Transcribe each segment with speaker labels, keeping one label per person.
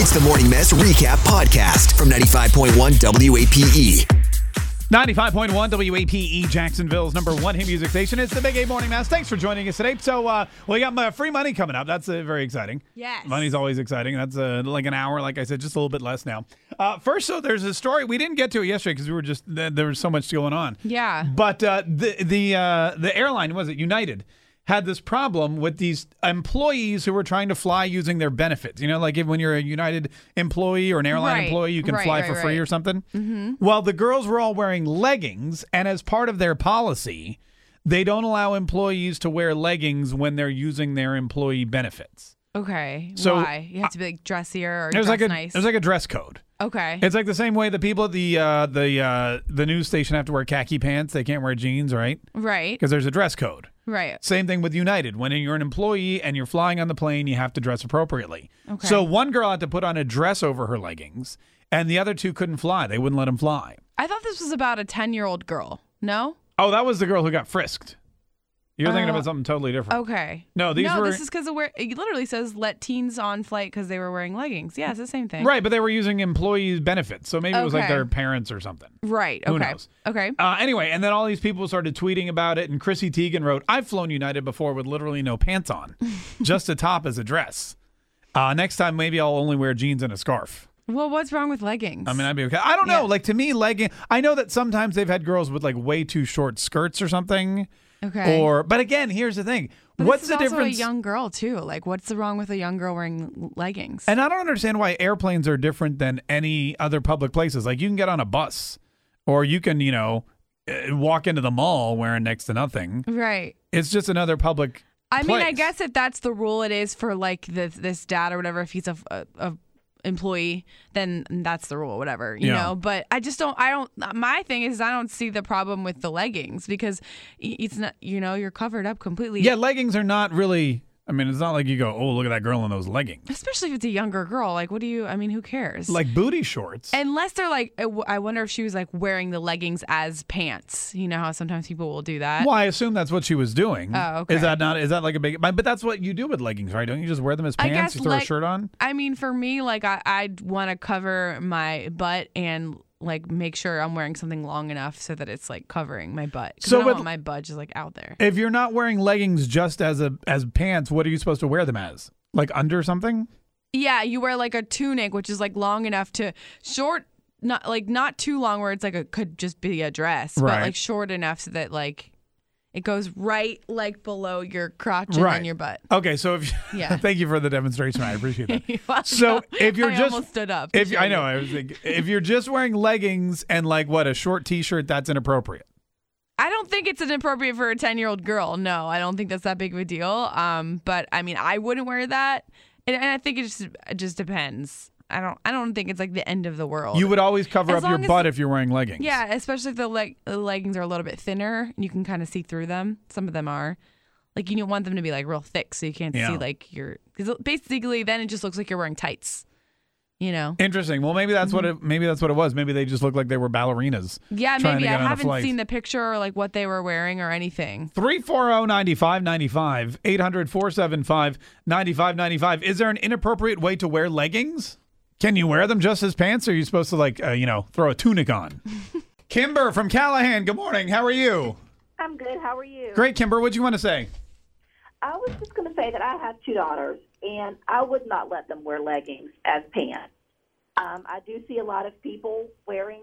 Speaker 1: It's the Morning Mess Recap Podcast from 95.1 WAPE.
Speaker 2: 95.1 WAPE E, Jacksonville's number one hit music station. It's the Big A Morning Mass. Thanks for joining us today. So, uh, we got my free money coming up. That's uh, very exciting.
Speaker 3: Yes.
Speaker 2: Money's always exciting. That's uh, like an hour, like I said, just a little bit less now. Uh, first, though, there's a story. We didn't get to it yesterday because we were just, th- there was so much going on.
Speaker 3: Yeah.
Speaker 2: But uh, the, the, uh, the airline, was it United? Had this problem with these employees who were trying to fly using their benefits. You know, like if, when you're a United employee or an airline
Speaker 3: Right.
Speaker 2: employee, you can
Speaker 3: Right,
Speaker 2: fly
Speaker 3: right,
Speaker 2: for free
Speaker 3: right. Mm-hmm.
Speaker 2: or something. Well, the girls were all wearing leggings, and as part of their policy, they don't allow employees to wear leggings when they're using their employee benefits.
Speaker 3: Okay.
Speaker 2: So,
Speaker 3: Why? You have to be like dressier or
Speaker 2: There's
Speaker 3: dress
Speaker 2: like a
Speaker 3: nice.
Speaker 2: there's like a dress code.
Speaker 3: okay.
Speaker 2: It's like the same way the people at the uh, the uh, the news station have to wear khaki pants. They can't wear jeans, right?
Speaker 3: right.
Speaker 2: Because there's a dress code.
Speaker 3: Right.
Speaker 2: Same thing with United. When you're an employee and you're flying on the plane, you have to dress appropriately. So one girl had to put on a dress over her leggings, and the other two couldn't fly. They wouldn't let them fly.
Speaker 3: I thought this was about a 10 year old girl. No?
Speaker 2: Oh, that was the girl who got frisked. You're thinking about something totally different.
Speaker 3: Oh. Okay.
Speaker 2: No, these
Speaker 3: no,
Speaker 2: were-
Speaker 3: this is because of where it literally says let teens on flight because they were wearing leggings. Yeah, it's the same thing.
Speaker 2: Right, but they were using employee benefits, so maybe it was like
Speaker 3: Okay.
Speaker 2: their parents or something.
Speaker 3: Right.
Speaker 2: Who
Speaker 3: Okay.
Speaker 2: knows?
Speaker 3: Okay.
Speaker 2: Uh, anyway, and then all these people started tweeting about it, and Chrissy Teigen wrote, "I've flown United before with literally no pants on, just a top as a dress. Uh, next time, maybe I'll only wear jeans and a scarf."
Speaker 3: well, what's wrong with leggings?
Speaker 2: I mean, I'd be okay. I don't know.
Speaker 3: Yeah.
Speaker 2: Like to me, legging. I know that sometimes they've had girls with like way too short skirts or something.
Speaker 3: Okay.
Speaker 2: Or, but again, here's the thing.
Speaker 3: But
Speaker 2: What's
Speaker 3: this
Speaker 2: the
Speaker 3: is also
Speaker 2: difference?
Speaker 3: A young girl too. Like, what's the wrong with a young girl wearing l- leggings?
Speaker 2: And I don't understand why airplanes are different than any other public places. Like you can get on a bus, or you can, you know, eh, walk into the mall wearing next to nothing.
Speaker 3: right.
Speaker 2: It's just another public.
Speaker 3: I mean, I
Speaker 2: place.
Speaker 3: guess if that's the rule it is for like the, this dad or whatever, if he's a, a, a employee, then that's the rule, whatever, you
Speaker 2: Yeah.
Speaker 3: know. But I just don't. I don't. My thing is, I don't see the problem with the leggings because i- it's not. You know, you're covered up completely.
Speaker 2: Yeah, leggings are not really. I mean, it's not like you go, oh, look at that girl in those leggings.
Speaker 3: Especially if it's a younger girl. Like, what do you? I mean, who cares?
Speaker 2: Like booty shorts.
Speaker 3: Unless they're like, I w- I wonder if she was like wearing the leggings as pants. You know how sometimes people will do that.
Speaker 2: Well, I assume that's what she was doing.
Speaker 3: Oh, okay.
Speaker 2: Is that not? Is that like a big? But but that's what you do with leggings, right? Don't you just wear them as
Speaker 3: I
Speaker 2: pants?
Speaker 3: guess
Speaker 2: you throw a
Speaker 3: leg-
Speaker 2: shirt on.
Speaker 3: I mean, for me, like I I'd want to cover my butt and like make sure I'm wearing something long enough so that it's like covering my butt. 'Cause
Speaker 2: So
Speaker 3: I don't
Speaker 2: with-
Speaker 3: want my butt just like out there.
Speaker 2: If you're not wearing leggings just as a as pants, what are you supposed to wear them as? Like under something?
Speaker 3: Yeah, you wear like a tunic, which is like long enough to short. Not like not too long where it's like a could just be a dress,
Speaker 2: Right.
Speaker 3: but like short enough so that like it goes right like below your crotch and
Speaker 2: Right.
Speaker 3: then your butt.
Speaker 2: Okay, so if
Speaker 3: Yeah.
Speaker 2: thank you for the demonstration, I appreciate that.
Speaker 3: You're welcome.
Speaker 2: So if you're
Speaker 3: I
Speaker 2: just
Speaker 3: almost stood up to
Speaker 2: if
Speaker 3: show
Speaker 2: I know
Speaker 3: you.
Speaker 2: I was thinking, if you're just wearing leggings and like what a short t-shirt, that's inappropriate.
Speaker 3: I don't think it's inappropriate for a 10 year old girl. No, I don't think that's that big of a deal. Um, but I mean, I wouldn't wear that. And, and I think it just it just depends. I don't I don't think it's like the end of the world.
Speaker 2: You would always cover
Speaker 3: As
Speaker 2: up your
Speaker 3: long as-
Speaker 2: butt if you're wearing leggings.
Speaker 3: yeah, especially if the leg, the leggings are a little bit thinner and you can kind of see through them. Some of them are. Like you don't want them to be like real thick so you can't
Speaker 2: Yeah.
Speaker 3: see like your cuz basically then it just looks like you're wearing tights. You know.
Speaker 2: Interesting. Well, maybe that's what it maybe that's what it was. Maybe they just looked like they were ballerinas.
Speaker 3: Mm-hmm. Yeah,
Speaker 2: trying
Speaker 3: maybe
Speaker 2: to
Speaker 3: I
Speaker 2: get on a
Speaker 3: haven't
Speaker 2: flight.
Speaker 3: seen the picture or like what they were wearing or anything.
Speaker 2: 340-9595, 800-475-9595. Is there an inappropriate way to wear leggings? Can you wear them just as pants, or are you supposed to, like, uh, you know, throw a tunic on? Kimber from Callahan, good morning. How are you?
Speaker 4: I'm good. How are you?
Speaker 2: Great, Kimber. What'd you want to say?
Speaker 4: I was just going to say that I have two daughters, and I would not let them wear leggings as pants. Um, I do see a lot of people wearing,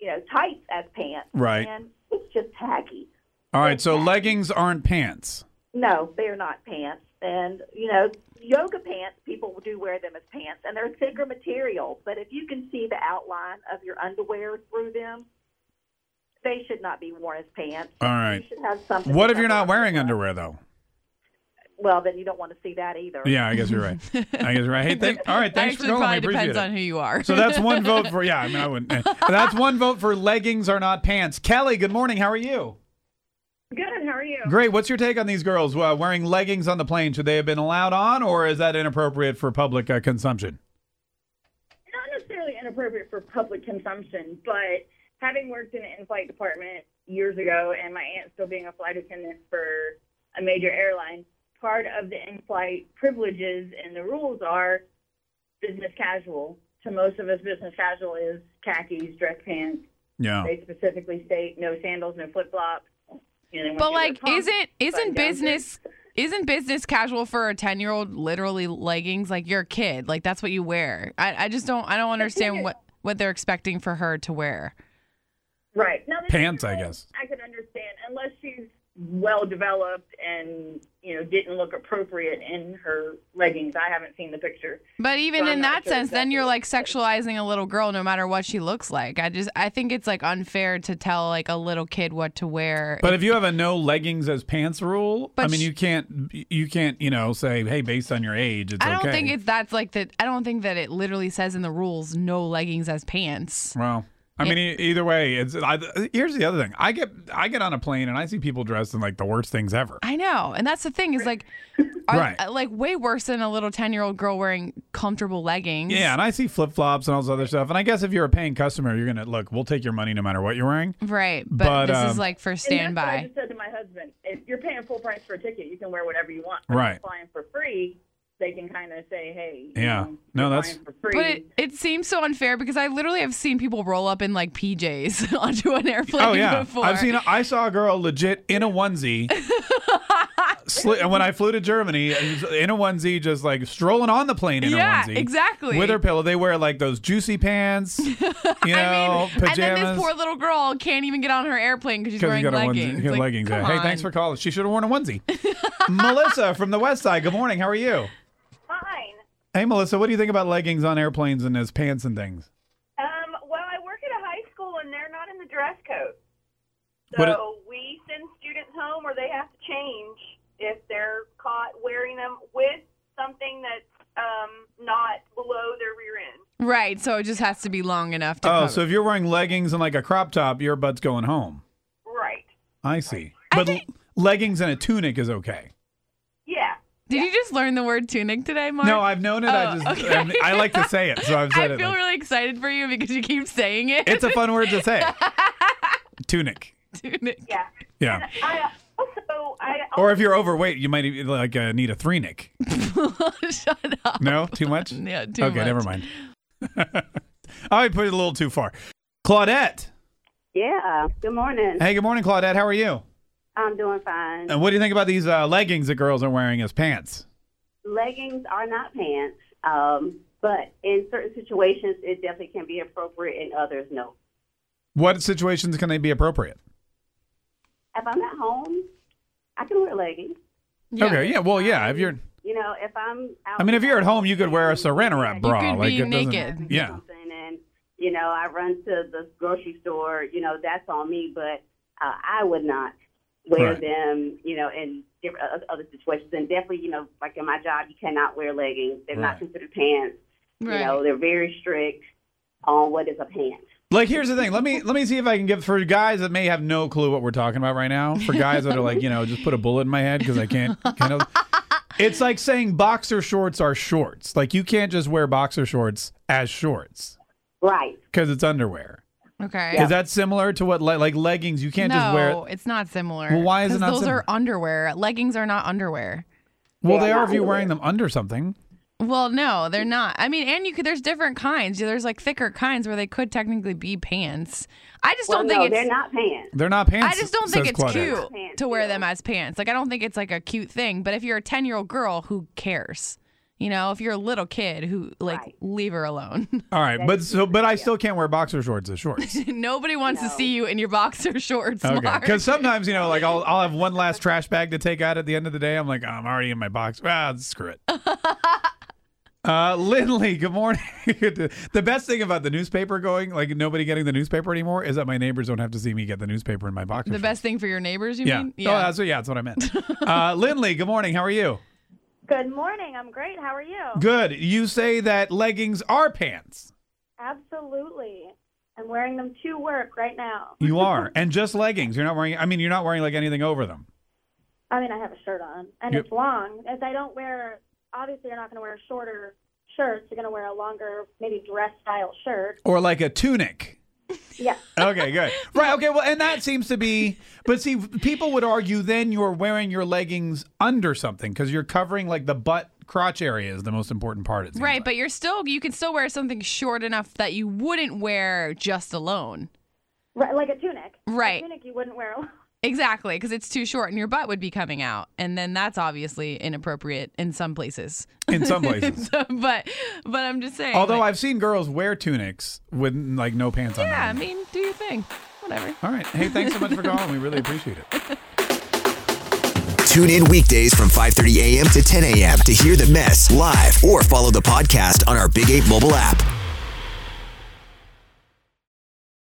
Speaker 4: you know, tights as pants.
Speaker 2: Right.
Speaker 4: And it's just tacky.
Speaker 2: All right, so leggings aren't pants.
Speaker 4: No, they are not pants. And, you know, yoga pants, people do wear them as pants, and they're thicker material. But if you can see the outline of your underwear through them, they should not be worn as pants.
Speaker 2: All
Speaker 4: You
Speaker 2: right.
Speaker 4: should have something.
Speaker 2: What
Speaker 4: to
Speaker 2: if you're not
Speaker 4: cover up
Speaker 2: wearing
Speaker 4: your butt.
Speaker 2: underwear, though?
Speaker 4: well, then you don't want to see that either.
Speaker 2: Yeah, I guess you're right. I guess you're right. Hey, thank, all right, thanks
Speaker 3: Actually,
Speaker 2: for calling. I
Speaker 3: probably
Speaker 2: appreciate
Speaker 3: depends
Speaker 2: it.
Speaker 3: on who you are.
Speaker 2: So that's one vote for yeah. I mean, I wouldn't. eh. That's one vote for leggings are not pants. Kelly, good morning. How are you?
Speaker 4: Good. How are you?
Speaker 2: Great. What's your take on these girls uh, wearing leggings on the plane? Should they have been allowed on, or is that inappropriate for public uh, consumption?
Speaker 5: not necessarily inappropriate for public consumption, but having worked in the in-flight department years ago and my aunt still being a flight attendant for a major airline, part of the in-flight privileges and the rules are business casual. To most of us, business casual is khakis, dress pants.
Speaker 2: Yeah.
Speaker 5: They specifically state no sandals, no flip-flops. You know, they want
Speaker 3: But
Speaker 5: you to wear
Speaker 3: like,
Speaker 5: pumps,
Speaker 3: isn't isn't
Speaker 5: button-down shirts.
Speaker 3: business isn't business casual for a ten year old literally leggings? Like you're a kid, like that's what you wear. I, I just don't I don't understand what what they're expecting for her to wear.
Speaker 5: Right. Now, the
Speaker 2: Pants,
Speaker 5: difference
Speaker 2: I
Speaker 5: is, I could understand unless she's well developed and you know didn't look appropriate in her leggings. I haven't seen the picture.
Speaker 3: But even
Speaker 5: So I'm
Speaker 3: in that
Speaker 5: not sure
Speaker 3: sense, then
Speaker 5: exactly
Speaker 3: you're
Speaker 5: what
Speaker 3: like
Speaker 5: to say.
Speaker 3: sexualizing a little girl, no matter what she looks like. I just I think it's like unfair to tell like a little kid what to wear.
Speaker 2: But if you have a no leggings as pants rule, I
Speaker 3: But
Speaker 2: mean,
Speaker 3: sh-
Speaker 2: you can't you can't you know say hey based on your age it's
Speaker 3: I don't
Speaker 2: okay.
Speaker 3: think it's that's like that. I don't think that it literally says in the rules no leggings as pants.
Speaker 2: Well, I
Speaker 3: Yeah.
Speaker 2: mean, e- either way, it's. I, here's the other thing. I get I get on a plane and I see people dressed in like the worst things ever.
Speaker 3: I know, and that's the thing is like, are,
Speaker 2: Right.
Speaker 3: uh, like way worse than a little ten year old girl wearing comfortable leggings.
Speaker 2: Yeah, and I see flip flops and all this other stuff. And I guess if you're a paying customer, you're gonna look. We'll take your money no matter what you're wearing.
Speaker 3: right. But,
Speaker 2: But,
Speaker 3: this
Speaker 2: um,
Speaker 3: is like for
Speaker 5: And that's what I
Speaker 3: standby.
Speaker 5: just said to my husband, if you're paying full price for a ticket, you can wear whatever you want. But
Speaker 2: Right.
Speaker 5: If you're flying for free, they can kind of say, hey. you
Speaker 2: Yeah.
Speaker 5: know,
Speaker 2: No,
Speaker 5: you're
Speaker 2: that's-
Speaker 5: flying for free.
Speaker 3: But it, it seems so unfair because I literally have seen people roll up in like PJs onto an airplane
Speaker 2: Oh yeah,
Speaker 3: before.
Speaker 2: I've seen. A, I saw a girl legit in a onesie. sli- and when I flew to Germany, in a onesie, just like strolling on the plane in
Speaker 3: Yeah,
Speaker 2: a onesie.
Speaker 3: exactly.
Speaker 2: With her pillow, they wear like those juicy pants, you know,
Speaker 3: I mean,
Speaker 2: pajamas.
Speaker 3: and then this poor little girl can't even get on her airplane because she's
Speaker 2: Because
Speaker 3: wearing
Speaker 2: you got a
Speaker 3: leggings.
Speaker 2: onesie, you got
Speaker 3: Like,
Speaker 2: leggings.
Speaker 3: come
Speaker 2: yeah. Hey, thanks for
Speaker 3: on.
Speaker 2: calling. She should have worn a onesie. Melissa from the West Side. Good morning. How are you?
Speaker 6: Fine.
Speaker 2: Hey, Melissa. What do you think about leggings on airplanes and as pants and things?
Speaker 6: Um, well, I work at a high school and they're not in the dress code.
Speaker 2: What it-
Speaker 6: So we send students home or they have to change if they're caught wearing them with something that's um, not below their rear end.
Speaker 3: Right, so it just has to be long enough to.
Speaker 2: Oh,
Speaker 3: cover.
Speaker 2: so if you're wearing leggings and like a crop top, your butt's going home.
Speaker 6: Right.
Speaker 2: I see. But
Speaker 3: think-
Speaker 2: l- leggings and a tunic is okay.
Speaker 6: Yeah.
Speaker 3: Did you just learn the word tunic today, Mark?
Speaker 2: No, I've known it. I
Speaker 3: Oh,
Speaker 2: just
Speaker 3: okay.
Speaker 2: I'm- I like to say it, so I've
Speaker 3: I
Speaker 2: said
Speaker 3: feel
Speaker 2: it. like-
Speaker 3: really excited for you because you keep saying it.
Speaker 2: it's a fun word to say. tunic.
Speaker 3: tunic.
Speaker 6: Yeah.
Speaker 2: Yeah.
Speaker 6: I uh, also I
Speaker 2: Or if you're overweight, you might even, like uh, need a three nick.
Speaker 3: Shut up.
Speaker 2: No, too much.
Speaker 3: Yeah, too
Speaker 2: okay,
Speaker 3: much.
Speaker 2: never mind. I put it a little too far. Claudette.
Speaker 7: Yeah. Good morning.
Speaker 2: Hey, good morning, Claudette. How are you?
Speaker 7: I'm doing fine.
Speaker 2: And what do you think about these uh, leggings that girls are wearing as pants?
Speaker 7: Leggings are not pants, um, but in certain situations, it definitely can be appropriate, and others no.
Speaker 2: What situations can they be appropriate?
Speaker 7: If I'm at home, I can wear leggings.
Speaker 3: Yeah.
Speaker 2: Okay, yeah, well, yeah. If you're,
Speaker 7: You know, if I'm out.
Speaker 2: I mean, if you're at home, you could wear a Saran wrap bra.
Speaker 3: could
Speaker 2: like
Speaker 3: be
Speaker 2: it doesn't-
Speaker 3: naked.
Speaker 2: Yeah.
Speaker 7: Something and you know, I run to the grocery store. You know, that's on me, but uh, I would not wear
Speaker 2: Right.
Speaker 7: them. You know, in different o- other situations, and definitely, you know, like in my job, you cannot wear leggings. They're
Speaker 2: Right.
Speaker 7: not considered pants.
Speaker 3: Right.
Speaker 7: You know, they're very strict on what is a pant.
Speaker 2: Like here's the thing. Let me let me see if I can give for guys that may have no clue what we're talking about right now. For guys that are like, you know, just put a bullet in my head because I can't. Kind of, it's like saying boxer shorts are shorts. Like you can't just wear boxer shorts as shorts
Speaker 7: Right.
Speaker 2: because it's underwear.
Speaker 3: Okay.
Speaker 2: Is that similar to what le- like leggings? You can't
Speaker 3: no,
Speaker 2: just wear.
Speaker 3: it's not similar.
Speaker 2: Well, why is it
Speaker 3: 'Cause
Speaker 2: not
Speaker 3: Those
Speaker 2: similar?
Speaker 3: are underwear. Leggings are not underwear.
Speaker 2: Well, they
Speaker 7: Yeah,
Speaker 2: are
Speaker 7: not
Speaker 2: if you're
Speaker 7: underwear.
Speaker 2: wearing them under something.
Speaker 3: Well, no, they're not. I mean, and you could. There's different kinds. There's like thicker kinds where they could technically be pants. I just
Speaker 7: Well,
Speaker 3: don't
Speaker 7: no,
Speaker 3: think
Speaker 7: they're
Speaker 3: it's.
Speaker 7: not pants.
Speaker 2: They're not pants.
Speaker 3: I just don't think
Speaker 2: says
Speaker 3: it's
Speaker 2: Claudette.
Speaker 3: cute
Speaker 7: Pants,
Speaker 3: to wear
Speaker 7: yeah.
Speaker 3: them as pants. Like I don't think it's like a cute thing. But if you're a ten year old girl, who cares? You know, if you're a little kid, who like
Speaker 7: Right.
Speaker 3: leave her alone.
Speaker 2: All right, but so but I still can't wear boxer shorts as shorts.
Speaker 3: Nobody wants to
Speaker 7: No.
Speaker 3: see you in your boxer shorts,
Speaker 2: Okay,
Speaker 3: Mark.
Speaker 2: because sometimes you know, like I'll I'll have one last trash bag to take out at the end of the day. I'm like, I'm already in my box. Ah, screw it. Uh, Lindley, good morning. the best thing about the newspaper going, like nobody getting the newspaper anymore, is that my neighbors don't have to see me get the newspaper in my box.
Speaker 3: The best thing for your neighbors, you
Speaker 2: Yeah.
Speaker 3: mean?
Speaker 2: Oh, that's what, yeah, that's what I meant. Uh, Lindley, good morning. How are you?
Speaker 6: Good morning. I'm great. How are you?
Speaker 3: Oh.
Speaker 2: Good. You say that leggings are pants.
Speaker 6: Absolutely. I'm wearing them to work right now.
Speaker 2: You are, and just leggings. You're not wearing. I mean, you're not wearing like anything over them.
Speaker 6: I mean, I have a shirt on, and
Speaker 2: Yep.
Speaker 6: it's long. If I don't wear, obviously, you're not going to wear shorter shirts. You're going to wear a longer, maybe dress style shirt.
Speaker 2: or like a tunic.
Speaker 6: Yeah.
Speaker 2: Okay, good. Right, okay, well, and that seems to be, but see, people would argue then you're wearing your leggings under something because you're covering like the butt crotch area is the most important part. It seems
Speaker 3: Right,
Speaker 2: like.
Speaker 3: but you're still you can still wear something short enough that you wouldn't wear just alone.
Speaker 6: Right, like a tunic.
Speaker 3: Right.
Speaker 6: A tunic you wouldn't wear.
Speaker 3: Exactly, because it's too short and your butt would be coming out, and then that's obviously inappropriate in some places.
Speaker 2: in some places.
Speaker 3: So, but but I'm just saying.
Speaker 2: Although
Speaker 3: like,
Speaker 2: I've seen girls wear tunics with like no pants on.
Speaker 3: yeah, I
Speaker 2: them.
Speaker 3: mean, do your thing, whatever.
Speaker 2: All right. Hey, thanks so much for calling. We really appreciate it.
Speaker 1: Tune in weekdays from 5:30 a.m. to 10 a.m. to hear the mess live or follow the podcast on our Big 8 mobile app.